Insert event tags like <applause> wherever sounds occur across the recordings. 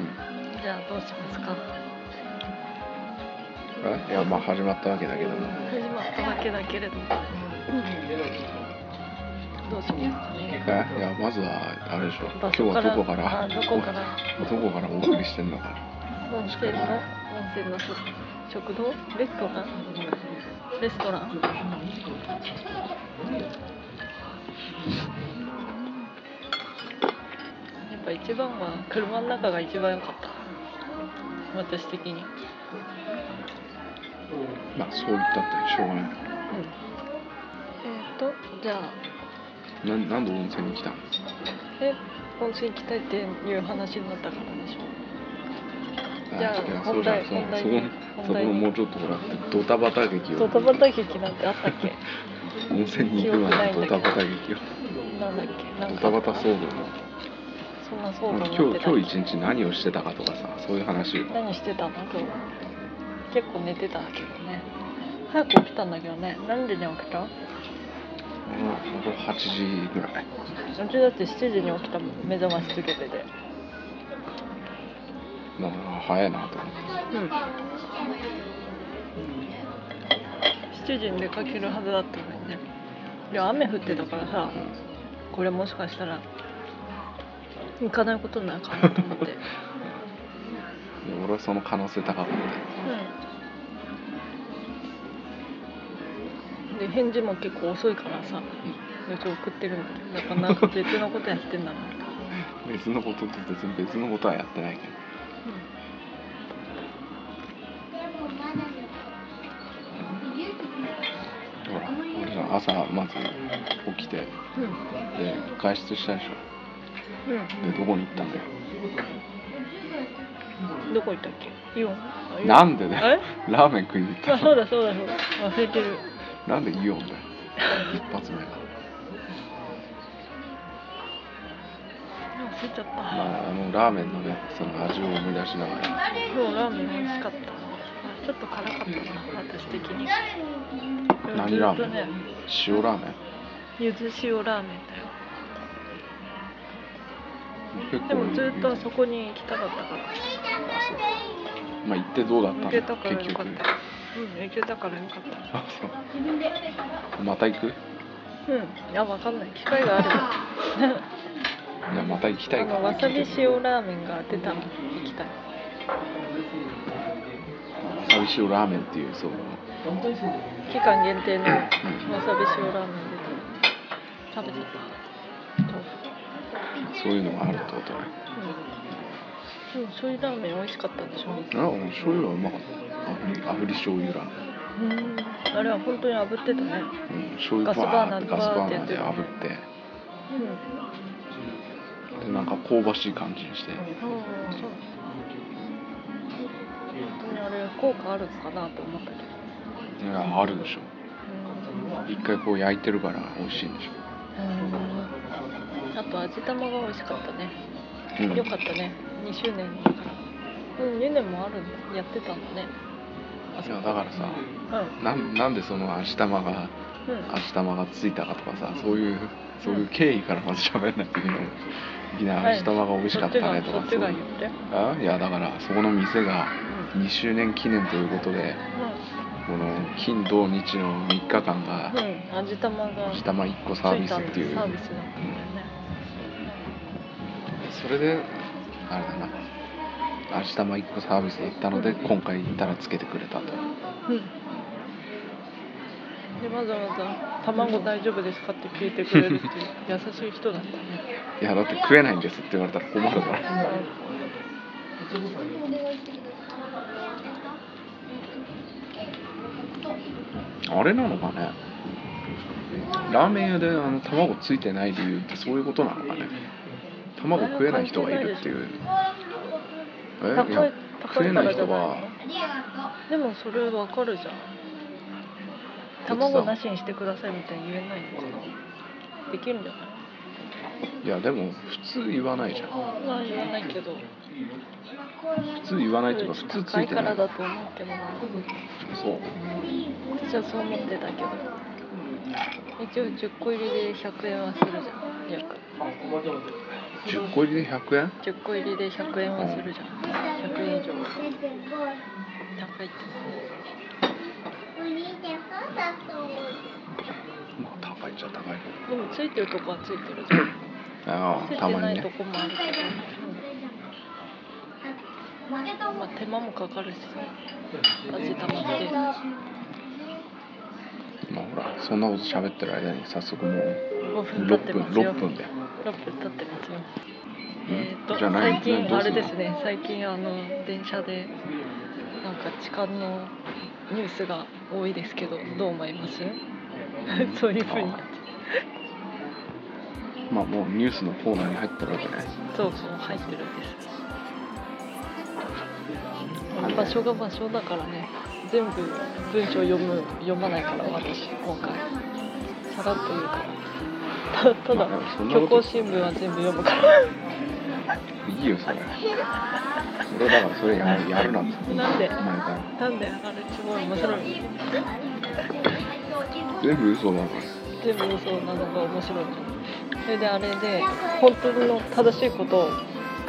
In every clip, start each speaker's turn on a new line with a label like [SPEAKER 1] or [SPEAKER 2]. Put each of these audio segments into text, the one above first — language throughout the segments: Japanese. [SPEAKER 1] じゃあどうしますか
[SPEAKER 2] えいやまあ始まったわけだけども
[SPEAKER 1] 始まったわけだけれども、どうしますか
[SPEAKER 2] え
[SPEAKER 1] ね
[SPEAKER 2] いやまずはあれでしょ今
[SPEAKER 1] 場
[SPEAKER 2] 日
[SPEAKER 1] 所か
[SPEAKER 2] は
[SPEAKER 1] ら
[SPEAKER 2] どこから
[SPEAKER 1] あどこから
[SPEAKER 2] <laughs> どこからお送りしてんのか
[SPEAKER 1] 温泉の温泉の食食堂レストランレストランやっぱ一番は車の中が一番良かった私的に
[SPEAKER 2] まあそう言ったってしょうがない
[SPEAKER 1] うんえっ、とじゃあ
[SPEAKER 2] なんなんで温泉に来たの
[SPEAKER 1] え温泉行きたいっていう話になったからでしょじゃあ
[SPEAKER 2] いやそ
[SPEAKER 1] 本
[SPEAKER 2] うじゃ
[SPEAKER 1] 題
[SPEAKER 2] んそう
[SPEAKER 1] 本題
[SPEAKER 2] そこ
[SPEAKER 1] 本題
[SPEAKER 2] そこのもうちょっとほらドタバタ劇
[SPEAKER 1] ド
[SPEAKER 2] を
[SPEAKER 1] タバタ劇なんてあったっけ
[SPEAKER 2] 温泉に行くまでのドタバタ劇を
[SPEAKER 1] なんだっけなん
[SPEAKER 2] ド
[SPEAKER 1] か
[SPEAKER 2] タバタ騒動
[SPEAKER 1] そんな騒動
[SPEAKER 2] の
[SPEAKER 1] に
[SPEAKER 2] まあ
[SPEAKER 1] なってたっ
[SPEAKER 2] 今
[SPEAKER 1] け
[SPEAKER 2] 日今日一日何をしてたかとかさそういう話を
[SPEAKER 1] 何してたの今日結構寝てたけどね早く起きたんだけどね何時に起きた
[SPEAKER 2] まあこれ8時ぐらいう
[SPEAKER 1] ちだって7時に起きたもん目覚ましつけてて
[SPEAKER 2] だから早いなと思って
[SPEAKER 1] うん7時に出かけるはずだったのにねで雨降ってたからさこれもしかしたら行かないことになるかなと思って
[SPEAKER 2] で俺はその可能性高かったよ
[SPEAKER 1] うんで返事も結構遅いからさうち送ってるんだけどだからな
[SPEAKER 2] <laughs>
[SPEAKER 1] んか別のことやってんだな
[SPEAKER 2] 別のことと別に別のことはやってないけどほら俺ら朝まず起きてで
[SPEAKER 1] うんうん
[SPEAKER 2] 外出したでしょでどこに行ったんだよ
[SPEAKER 1] うんどこ行ったっけイオンあイオン
[SPEAKER 2] なんでだ
[SPEAKER 1] え
[SPEAKER 2] よラーメン食いに行
[SPEAKER 1] あ
[SPEAKER 2] った
[SPEAKER 1] そう <laughs>
[SPEAKER 2] の
[SPEAKER 1] だそうだそうだ忘れてる
[SPEAKER 2] なんでイオンだよ一発目が
[SPEAKER 1] 忘れちゃった、
[SPEAKER 2] まああのラーメンのねその味を思い出しながら
[SPEAKER 1] そうラーメン美味しかったあちょっと辛かったな私的に
[SPEAKER 2] 何ラー
[SPEAKER 1] ずっ
[SPEAKER 2] メ
[SPEAKER 1] と
[SPEAKER 2] ン
[SPEAKER 1] ね
[SPEAKER 2] 塩ラーメン
[SPEAKER 1] ゆず塩ラーメンだよ
[SPEAKER 2] 結構
[SPEAKER 1] でもずっ
[SPEAKER 2] あ
[SPEAKER 1] とそこに行きたかったから
[SPEAKER 2] そうまあ行ってどうだった
[SPEAKER 1] 行
[SPEAKER 2] の
[SPEAKER 1] けたから
[SPEAKER 2] 結
[SPEAKER 1] よか
[SPEAKER 2] 局
[SPEAKER 1] ったうん行けたからよかった
[SPEAKER 2] あそうまた行くい
[SPEAKER 1] うん、いや、わかんない、機会があれ
[SPEAKER 2] <laughs>
[SPEAKER 1] ば。
[SPEAKER 2] やまた行きた
[SPEAKER 1] あ
[SPEAKER 2] いから
[SPEAKER 1] の、わさび塩ラーメンが出たの、行きたい。
[SPEAKER 2] わさび塩ラーメンっていうそう
[SPEAKER 1] 期間限定のわさび塩ラーメン出たの。食べてた。豆腐
[SPEAKER 2] そういうのがあるってことね
[SPEAKER 1] うん。うん、醤油ラーメン美味しかったでしょ。
[SPEAKER 2] あ俺醤油はうまかった炙り炙り醤油ラーメ
[SPEAKER 1] うん、あれは本当に炙って
[SPEAKER 2] ン、
[SPEAKER 1] たね。
[SPEAKER 2] うん、醤油バーって
[SPEAKER 1] ガ
[SPEAKER 2] ガ
[SPEAKER 1] ス
[SPEAKER 2] ス
[SPEAKER 1] バ
[SPEAKER 2] バーナ
[SPEAKER 1] ーナー
[SPEAKER 2] ー
[SPEAKER 1] で
[SPEAKER 2] で
[SPEAKER 1] やっ
[SPEAKER 2] 炙
[SPEAKER 1] てる
[SPEAKER 2] って
[SPEAKER 1] うん。
[SPEAKER 2] でなんか香ばしい感じにして
[SPEAKER 1] ああ、そう。本当にあれ効果あるのかなと思ったけど。
[SPEAKER 2] いやあるでしょ
[SPEAKER 1] うん。
[SPEAKER 2] 一回こう焼いてるから美味しいんでしょ
[SPEAKER 1] うんあと味玉が美味しかったね。
[SPEAKER 2] うん
[SPEAKER 1] よかったね2周年だからうん2年もあるんやってたんだねあ
[SPEAKER 2] いやだからさ
[SPEAKER 1] うん
[SPEAKER 2] なんなんでその足玉が
[SPEAKER 1] うん
[SPEAKER 2] 足玉がついたかとかさそういうそういう経緯からまず喋んないといけないいきなり足玉が美味しかったねと
[SPEAKER 1] そ
[SPEAKER 2] か
[SPEAKER 1] っ
[SPEAKER 2] そ
[SPEAKER 1] ち
[SPEAKER 2] う
[SPEAKER 1] が
[SPEAKER 2] い
[SPEAKER 1] 言
[SPEAKER 2] う
[SPEAKER 1] って
[SPEAKER 2] あいやだからそこの店が
[SPEAKER 1] う
[SPEAKER 2] 2周年記念ということでこの金土日の3日間が
[SPEAKER 1] うん、うん、味玉が
[SPEAKER 2] 味玉1個サービスってい
[SPEAKER 1] つ
[SPEAKER 2] う
[SPEAKER 1] たサービスだったんだよね
[SPEAKER 2] それであれだな味玉1個サービスだったので今回行ったらつけてくれたと
[SPEAKER 1] うんでわざわざ「卵大丈夫ですか?」って聞いてくれる
[SPEAKER 2] <laughs>
[SPEAKER 1] っていう優しい人だったね
[SPEAKER 2] いやだって食えないんですって言われたら困るからあれなのかねラーメン屋であの卵ついてない理由ってそういうことなのかね卵食えない人がいるっていうえい
[SPEAKER 1] 高
[SPEAKER 2] や
[SPEAKER 1] い
[SPEAKER 2] 食
[SPEAKER 1] 高
[SPEAKER 2] え
[SPEAKER 1] いか
[SPEAKER 2] ない
[SPEAKER 1] らじゃ
[SPEAKER 2] 人
[SPEAKER 1] ない
[SPEAKER 2] が
[SPEAKER 1] のでもそれわかるじゃん卵なしにしてくださいみたいに言えないのかなできるんじゃない
[SPEAKER 2] いやでも普通言わないじゃん
[SPEAKER 1] まあ言わないけど
[SPEAKER 2] 普通言わないっていうか普通つ
[SPEAKER 1] 高
[SPEAKER 2] い
[SPEAKER 1] い
[SPEAKER 2] て
[SPEAKER 1] か
[SPEAKER 2] な
[SPEAKER 1] ら
[SPEAKER 2] い
[SPEAKER 1] だと思うけどな
[SPEAKER 2] そう
[SPEAKER 1] 私はそう思ってたけど一応10個入りで100円はするじゃん約
[SPEAKER 2] 10個入りで100円
[SPEAKER 1] 10個入りで100円はするじゃん100円以上高いって
[SPEAKER 2] まあ高いっちゃ高いけ
[SPEAKER 1] でもついてるとこはついてるじゃん
[SPEAKER 2] どあ
[SPEAKER 1] つ
[SPEAKER 2] あた
[SPEAKER 1] いて
[SPEAKER 2] ま
[SPEAKER 1] な
[SPEAKER 2] に
[SPEAKER 1] いと
[SPEAKER 2] ね
[SPEAKER 1] こもあるけど、まあ、手間もかかるしさ味たまって
[SPEAKER 2] まあほらそんなこと喋ってる間に早速もう
[SPEAKER 1] 5分経っ
[SPEAKER 2] 6
[SPEAKER 1] て
[SPEAKER 2] 分
[SPEAKER 1] ますよ
[SPEAKER 2] 6分で
[SPEAKER 1] 6分経ってますよ
[SPEAKER 2] ん
[SPEAKER 1] えー、と
[SPEAKER 2] じゃあ何
[SPEAKER 1] 最
[SPEAKER 2] 何ど
[SPEAKER 1] 近
[SPEAKER 2] う
[SPEAKER 1] あ
[SPEAKER 2] す
[SPEAKER 1] れ
[SPEAKER 2] るの
[SPEAKER 1] ですね最近あの電車でなんか痴漢のニュースが多いですけどどう思います <laughs> そういうふうに
[SPEAKER 2] あまあもうニュースのコーナーに入ってるわけね
[SPEAKER 1] そうそう入ってるんです
[SPEAKER 2] あの
[SPEAKER 1] 場所が場所だからね全部文章読む読まないから私今回さらっと言うからたただ
[SPEAKER 2] まあそんな
[SPEAKER 1] 虚
[SPEAKER 2] こと
[SPEAKER 1] 構新聞は全部読むから
[SPEAKER 2] いいよそれ俺だからそれやるやるなって
[SPEAKER 1] なんで
[SPEAKER 2] 前から
[SPEAKER 1] なんであれすごい面白い
[SPEAKER 2] 全部嘘だな
[SPEAKER 1] 全部嘘なのが面白いのそれであれで本当の正しいことを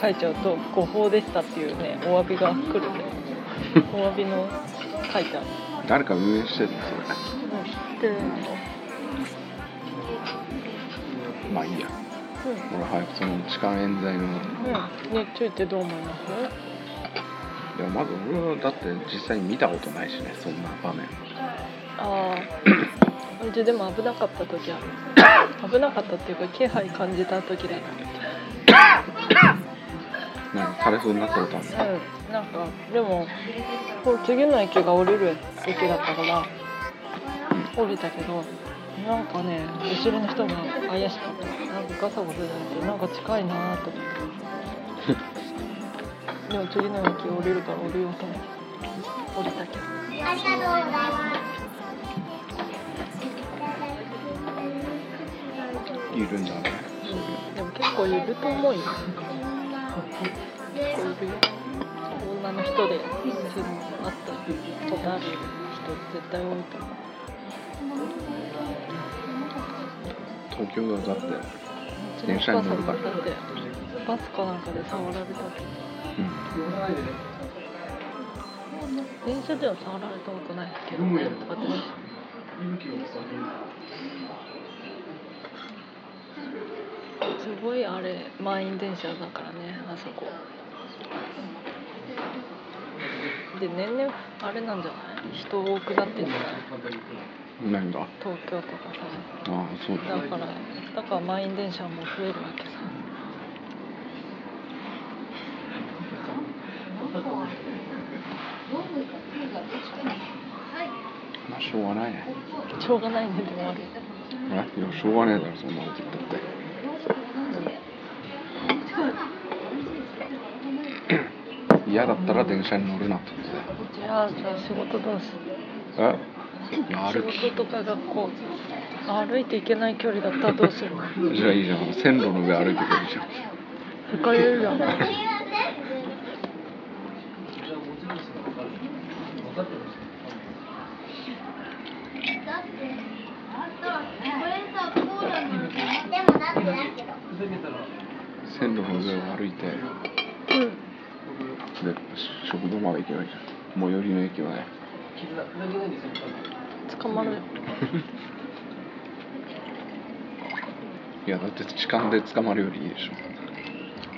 [SPEAKER 1] 書いちゃうと誤報でしたっていうねお詫びが来るんでお詫びの書いてある
[SPEAKER 2] 誰か運営してるんで
[SPEAKER 1] で、
[SPEAKER 2] それまあいいや
[SPEAKER 1] うん
[SPEAKER 2] 俺早くその痴漢冤罪の
[SPEAKER 1] うん、ねついてどう思います
[SPEAKER 2] いやまず俺はだって実際に見たことないしねそんな場面
[SPEAKER 1] ああうちでも危なかった時ある危なかったっていうか気配感じた時だ
[SPEAKER 2] なんかされそうになったことある
[SPEAKER 1] なうんなんかでもこう次の駅が降りる駅だったから降りたけどなんかね後ろの人が怪しかったなんかガサゴサじゃなくてなんか近いなーと思ってでも次の駅降りるから降りようと思って降りたけど
[SPEAKER 2] いるんじゃない
[SPEAKER 1] でも結構いると思うよ結構いるよ女の人でそういうのあったことある人絶対多いと思う
[SPEAKER 2] 東京だって
[SPEAKER 1] うちのお母さんもだってバスかなんかで触られたって
[SPEAKER 2] うん
[SPEAKER 1] 電車では触られたことないけどね私すごいあれ満員電車だからねあそこで年々あれなんじゃない人多くなってんじゃない
[SPEAKER 2] 何があ
[SPEAKER 1] 東京と
[SPEAKER 2] あ
[SPEAKER 1] かさ
[SPEAKER 2] そうだ
[SPEAKER 1] だからだから満員電車も増えるわけさ
[SPEAKER 2] まあしょうがないね
[SPEAKER 1] しょうがないねでもあれ
[SPEAKER 2] えいやしょうがねえだろそんなこと言ったって嫌だったら電車に乗るなってことだよ
[SPEAKER 1] じゃあじゃあ仕事どうする
[SPEAKER 2] え歩き
[SPEAKER 1] 仕事とか学校歩いていけない距離だったらどうするの
[SPEAKER 2] じゃあいいじゃん線路の上歩いてくるじゃん
[SPEAKER 1] 浮かれるじゃん
[SPEAKER 2] 線路の上を歩いてで食堂まで行けばいいじゃん最寄りの駅はね
[SPEAKER 1] 捕まる
[SPEAKER 2] いやだって痴漢で捕まるよりいいでしょ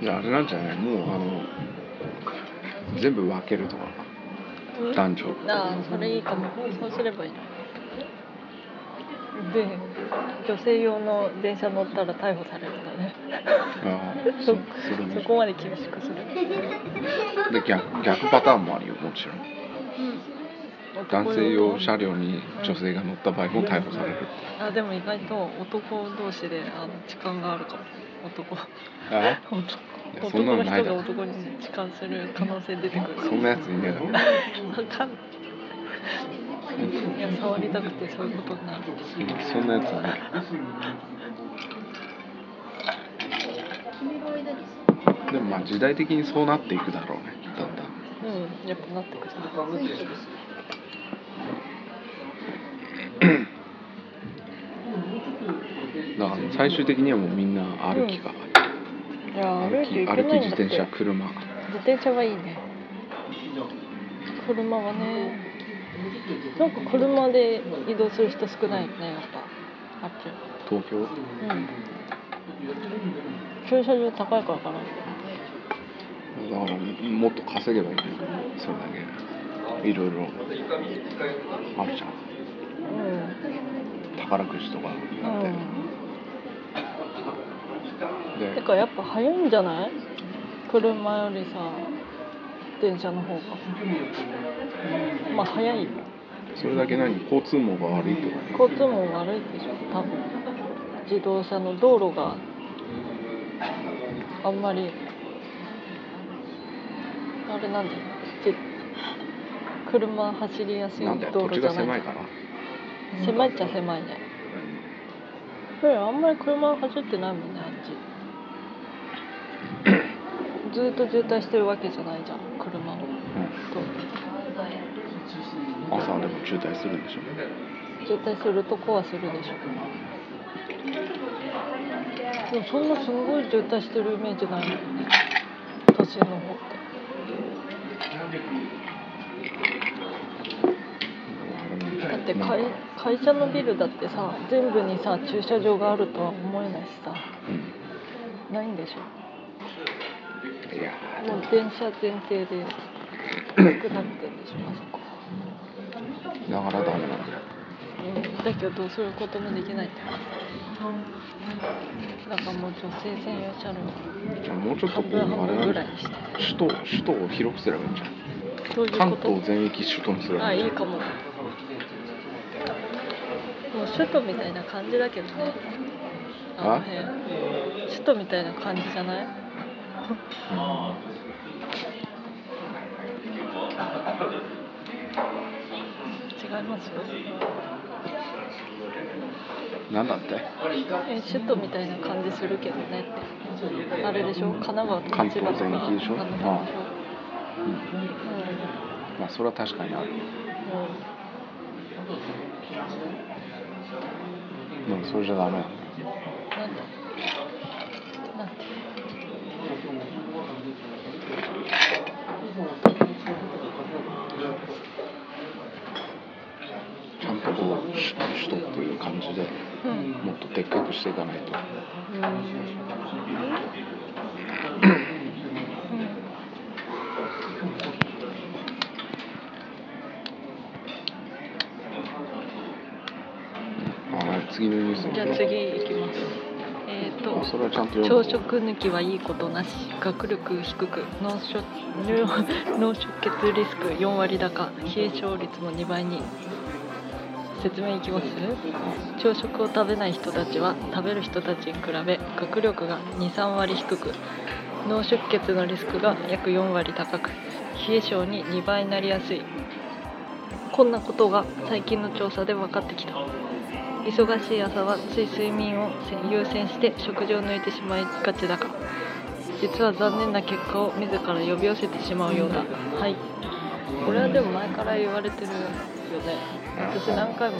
[SPEAKER 2] いやあれなんじゃないもうあの全部分けるとか
[SPEAKER 1] うん
[SPEAKER 2] 男女
[SPEAKER 1] ああそれいいかもそうすればいいなで女性用の電車乗ったら逮捕されるんだね
[SPEAKER 2] ああそ
[SPEAKER 1] そ
[SPEAKER 2] それも
[SPEAKER 1] そ <laughs> こまで厳しくする
[SPEAKER 2] で逆逆パターンもあるよもちろん男性用車両に女性が乗った場合も逮捕される
[SPEAKER 1] あでも意外と男同士であの痴漢があるかも男
[SPEAKER 2] あ
[SPEAKER 1] 男
[SPEAKER 2] そんなの
[SPEAKER 1] 男の
[SPEAKER 2] ない
[SPEAKER 1] 人
[SPEAKER 2] だ
[SPEAKER 1] が
[SPEAKER 2] ろ
[SPEAKER 1] 男に痴漢する可能性出てくる
[SPEAKER 2] そんなやついねえだろ
[SPEAKER 1] わかんないいや触りたくてそういうことになる
[SPEAKER 2] そんなやつはねでもまあ時代的にそうなっていくだろうねだんだん
[SPEAKER 1] うんやっぱなってくる
[SPEAKER 2] だから最終的にはもうみんな歩きが、
[SPEAKER 1] いや歩
[SPEAKER 2] 歩
[SPEAKER 1] い
[SPEAKER 2] き
[SPEAKER 1] て行
[SPEAKER 2] 歩
[SPEAKER 1] けな
[SPEAKER 2] き
[SPEAKER 1] いん
[SPEAKER 2] 自
[SPEAKER 1] だって
[SPEAKER 2] 転車
[SPEAKER 1] 自
[SPEAKER 2] 車
[SPEAKER 1] 転車はいいね車はねなんか車で移動する人少ないよねやっぱあっち
[SPEAKER 2] 東京
[SPEAKER 1] うん駐車場高いからかな
[SPEAKER 2] だからもっと稼げばいいんだよそれだけいろいろあるじゃん
[SPEAKER 1] う
[SPEAKER 2] 宝くじとかだっ
[SPEAKER 1] ん、
[SPEAKER 2] て、
[SPEAKER 1] うん、
[SPEAKER 2] で
[SPEAKER 1] てかやっぱ早いんじゃない車よりさ電車の方がまあ早いよ
[SPEAKER 2] それだけ何交通網が悪いってこ
[SPEAKER 1] 交通網悪いでしょ多分自動車の道路があんまりあれなんだよじ車走りやす
[SPEAKER 2] と
[SPEAKER 1] い
[SPEAKER 2] なんだよ
[SPEAKER 1] 道
[SPEAKER 2] 土
[SPEAKER 1] 路
[SPEAKER 2] 地
[SPEAKER 1] じ
[SPEAKER 2] が
[SPEAKER 1] ゃな
[SPEAKER 2] 狭い
[SPEAKER 1] い
[SPEAKER 2] から
[SPEAKER 1] 狭いっちゃ狭いねであんまり車走ってないもんねあっちずっと渋滞してるわけじゃないじゃん車をと
[SPEAKER 2] うん朝でも渋滞するんでしょ
[SPEAKER 1] 渋滞するとこはするでしょでもそんなすごい渋滞してるイメージないのよね都心の方ってだって
[SPEAKER 2] なんか
[SPEAKER 1] 会会社のビルだってさ全部にさ駐車場があるとは思えないしさ
[SPEAKER 2] うん
[SPEAKER 1] ないんでしょ
[SPEAKER 2] いや
[SPEAKER 1] もう電車前提で少なくてでしょあそこ
[SPEAKER 2] ーだからダメなんだよ
[SPEAKER 1] うんだけどそういうこともできないってだからもう女性専用車両
[SPEAKER 2] じゃあもうちょっとこう
[SPEAKER 1] 半分
[SPEAKER 2] あれなん
[SPEAKER 1] ぐ
[SPEAKER 2] だ
[SPEAKER 1] らい
[SPEAKER 2] よ
[SPEAKER 1] にして
[SPEAKER 2] 首都首都を広くすればいいんじゃん
[SPEAKER 1] そういう
[SPEAKER 2] 関
[SPEAKER 1] こ
[SPEAKER 2] 東
[SPEAKER 1] と
[SPEAKER 2] 全域首都にすれ
[SPEAKER 1] あ
[SPEAKER 2] ばいいん
[SPEAKER 1] い
[SPEAKER 2] じ
[SPEAKER 1] い
[SPEAKER 2] ゃん
[SPEAKER 1] かももう首都みたいな感じだけどねあの辺首都みたいな感じじゃない違いますよ
[SPEAKER 2] うんなんだって
[SPEAKER 1] え首都みたいな感じするけどねってあれでしょ神奈川とか
[SPEAKER 2] 関
[SPEAKER 1] 千
[SPEAKER 2] 東
[SPEAKER 1] 葉とか
[SPEAKER 2] 全域でしょ
[SPEAKER 1] あの辺
[SPEAKER 2] ああ
[SPEAKER 1] でしょ
[SPEAKER 2] うんまあそれは確かにある
[SPEAKER 1] う
[SPEAKER 2] でもそれじゃダメなんだよ
[SPEAKER 1] んなんだなんて
[SPEAKER 2] ちゃんとこうし首都っていう感じで
[SPEAKER 1] うん
[SPEAKER 2] もっとでっかくしていかないと
[SPEAKER 1] うん
[SPEAKER 2] あ次のニュース
[SPEAKER 1] うん
[SPEAKER 2] に
[SPEAKER 1] じゃあ次いきますえっ、と
[SPEAKER 2] あそれはちゃんと読
[SPEAKER 1] 朝
[SPEAKER 2] む
[SPEAKER 1] 食抜きはいいことなし学力低く脳出入脳出血リスク4割高冷え症率も2倍に説明いきます朝食を食べない人たちは食べる人たちに比べ学力が23割低く脳出血のリスクが約4割高く冷え性に2倍になりやすいこんなことが最近の調査で分かってきた忙しい朝はつい睡眠を優先して食事を抜いてしまいがちだが実は残念な結果を自ら呼び寄せてしまうようだはいこれはでも前から言われてるよね私何回も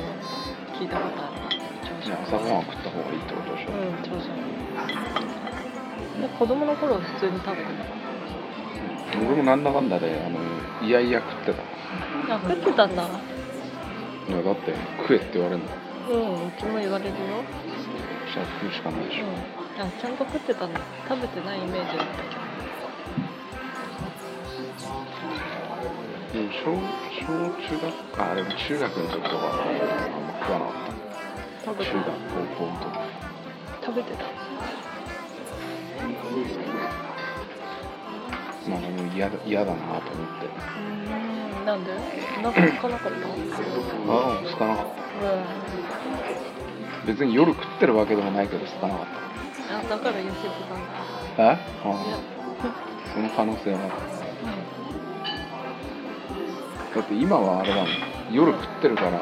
[SPEAKER 1] 聞いたことある朝
[SPEAKER 2] じゃ
[SPEAKER 1] 食
[SPEAKER 2] あ朝ごはん食った方がいいってことでしょ、
[SPEAKER 1] うん朝食で子供の頃は普通に食べて
[SPEAKER 2] 俺もなんだかんだであのいやいや食ってた
[SPEAKER 1] たあ食ってたんだ
[SPEAKER 2] いやだって食えって言われるの
[SPEAKER 1] うんうちも言われるよ、
[SPEAKER 2] じゃあ食うしかないでしょ、
[SPEAKER 1] うん、あちゃんと食ってたんだ食べてないイメージだったけど
[SPEAKER 2] でも小小中学あでも中学の時とかはあんま食わなかった
[SPEAKER 1] 食べて
[SPEAKER 2] 中
[SPEAKER 1] た
[SPEAKER 2] 学高校の時
[SPEAKER 1] 食べてた
[SPEAKER 2] まあでも嫌だ嫌だなと思って
[SPEAKER 1] うんなんでお腹空かなかった
[SPEAKER 2] あもつかなかっ
[SPEAKER 1] うん
[SPEAKER 2] た別に夜食ってるわけでもないけどつかなかっ
[SPEAKER 1] あだから痩せてたんだ
[SPEAKER 2] たえ
[SPEAKER 1] いや
[SPEAKER 2] ああその可能性は
[SPEAKER 1] う
[SPEAKER 2] だって今はあれだもん夜食ってるから
[SPEAKER 1] ん
[SPEAKER 2] あ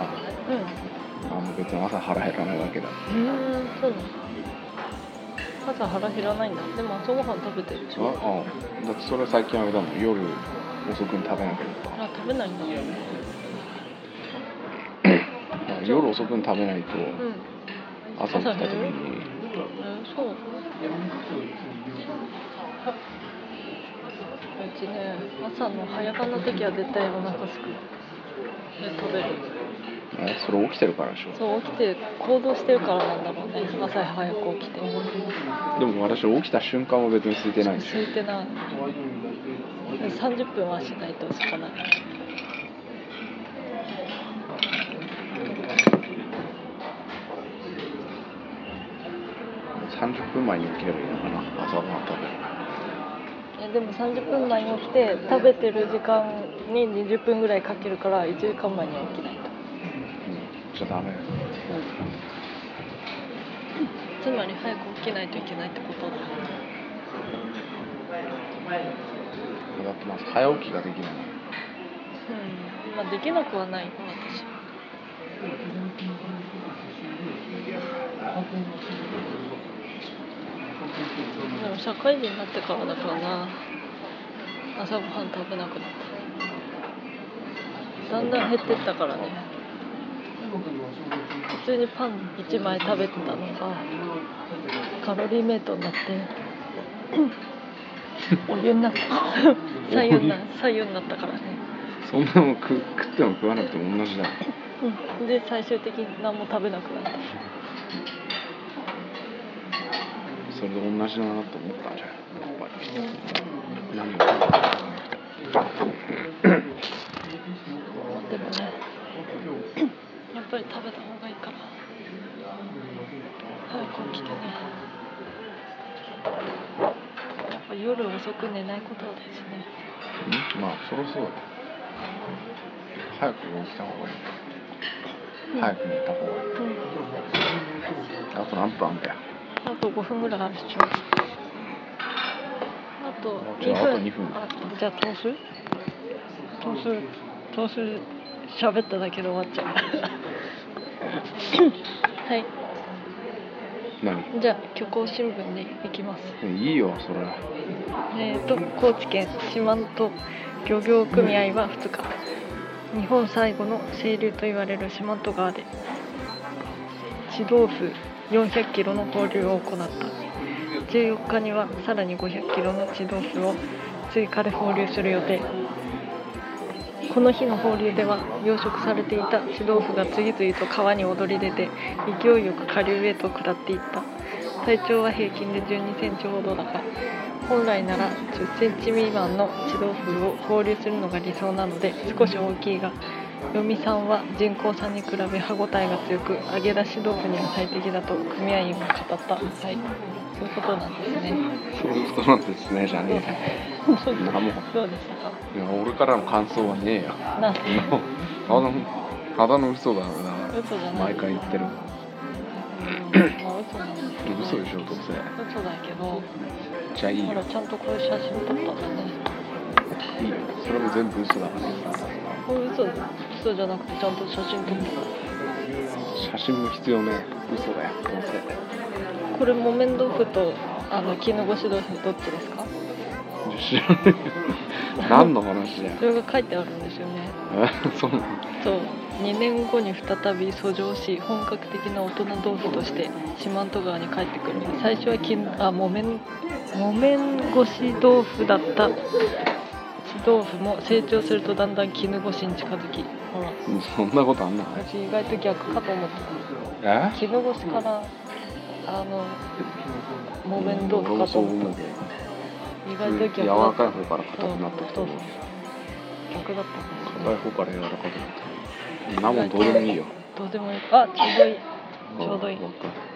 [SPEAKER 2] の別に朝腹減らないわけだ
[SPEAKER 1] うんうーんそうなの朝腹減らないんだでも朝ごはん食べてるでし
[SPEAKER 2] あ
[SPEAKER 1] ょ
[SPEAKER 2] あだってそれ最近あれだもん夜遅くに食べなきゃいけない
[SPEAKER 1] あ食べないんだ
[SPEAKER 2] だから夜遅くに食べないと
[SPEAKER 1] うん
[SPEAKER 2] 朝起きた時に
[SPEAKER 1] えそううちね朝の早番の時は絶対お腹すくで食べる
[SPEAKER 2] えそれ起きてるからでしょ
[SPEAKER 1] そう起きて行動してるからなんだろうね朝早く起きて
[SPEAKER 2] でも私起きた瞬間は別に空いてないでしょ
[SPEAKER 1] 空いてないで30分はしないとすかない
[SPEAKER 2] 30分前に起きればいいのかな朝ごはん食べる
[SPEAKER 1] いやでも30分前に起きて食べてる時間に20分ぐらいかけるから1時間前には起きないと、
[SPEAKER 2] うんじゃダメ
[SPEAKER 1] つまり早く起きないといけないってこと
[SPEAKER 2] だ
[SPEAKER 1] だ
[SPEAKER 2] ってまず早起きができない
[SPEAKER 1] うんまあできなくはないよ私でも社会人になってからだからな朝ごはん食べなくなっただんだん減ってったからね普通にパン1枚食べてたのがカロリーメイトになってお湯になった左右にな左右になったからね
[SPEAKER 2] そんなもん食食っても食わなくても同じだよ
[SPEAKER 1] うん、で最終的に何も食べなくなった
[SPEAKER 2] それで同じだなと思ったんじゃんやっぱり何も
[SPEAKER 1] でもねやっぱり食べた方がいいから早く起きてねやっぱ夜遅く寝ないことですね
[SPEAKER 2] うんまあそろそろ早く起きた方がいい早く寝た方がいい
[SPEAKER 1] うん
[SPEAKER 2] あと何分あんだよ
[SPEAKER 1] あと5分ぐらいあるでしょあと
[SPEAKER 2] じ
[SPEAKER 1] 2
[SPEAKER 2] ゃああ
[SPEAKER 1] 分
[SPEAKER 2] と2分
[SPEAKER 1] あじゃあどうするどうするどうする喋っただけで終わっちゃ
[SPEAKER 2] <laughs>
[SPEAKER 1] うはい
[SPEAKER 2] 何
[SPEAKER 1] じゃあ虚構新聞に行きます
[SPEAKER 2] いいよそれは
[SPEAKER 1] えー、と高知県四万十漁業組合は2日、日本最後の清流と言われる四万十川で地豆腐400キロの放流を行った14日にはさらに500キロの地豆腐を追加で放流する予定この日の放流では養殖されていた地豆腐が次々と川に躍り出て勢いよく下流へと下っていった体長は平均で12センチほどだが本来なら10センチ未満の地豆腐を放流するのが理想なので少し大きいが読みさんは人工産に比べ歯応えが強く揚げ出し豆腐には最適だと組合員が語ったはいそういうことなんですね
[SPEAKER 2] そういうことなんですねじゃ
[SPEAKER 1] どう
[SPEAKER 2] ねえよ何も
[SPEAKER 1] どうでしたか
[SPEAKER 2] いや俺からの感想はねえよ
[SPEAKER 1] なんで
[SPEAKER 2] あのただの嘘だよな
[SPEAKER 1] 嘘じゃない
[SPEAKER 2] 毎回言ってる
[SPEAKER 1] うんまあ嘘なんですけど
[SPEAKER 2] 嘘でしょどうせ
[SPEAKER 1] 嘘だけど
[SPEAKER 2] じゃあいい
[SPEAKER 1] ほら
[SPEAKER 2] よ
[SPEAKER 1] ちゃんとこれ写真撮ったんだね
[SPEAKER 2] いいよそれも全部嘘だから
[SPEAKER 1] これ嘘嘘じゃなくてちゃんと写真撮ったから
[SPEAKER 2] 写真も必要ね嘘だよどうせ
[SPEAKER 1] これ木綿豆腐とあの絹ごし豆腐どっちですか
[SPEAKER 2] 知らねえよ何の話だよ
[SPEAKER 1] それが書いてあるんですよね
[SPEAKER 2] え <laughs> そうなの
[SPEAKER 1] そう2年後に再び遡上し本格的な大人豆腐として四万十川に帰ってくる最初は絹あ木綿木綿ごし豆腐だった地豆腐も成長するとだんだん絹ごしに近づきほら
[SPEAKER 2] そんなことあんな
[SPEAKER 1] 私意外と逆かと思って
[SPEAKER 2] え
[SPEAKER 1] た絹ごしからあの木綿豆腐かと思った意外と逆
[SPEAKER 2] 柔
[SPEAKER 1] だ
[SPEAKER 2] ら
[SPEAKER 1] った
[SPEAKER 2] かい方から硬くなってきた
[SPEAKER 1] そう逆だったんですね
[SPEAKER 2] 硬い方から柔らかくなったそんなもんどうでもいいよ
[SPEAKER 1] どうでもいいあちょうどいいちょうどいい
[SPEAKER 2] んわかる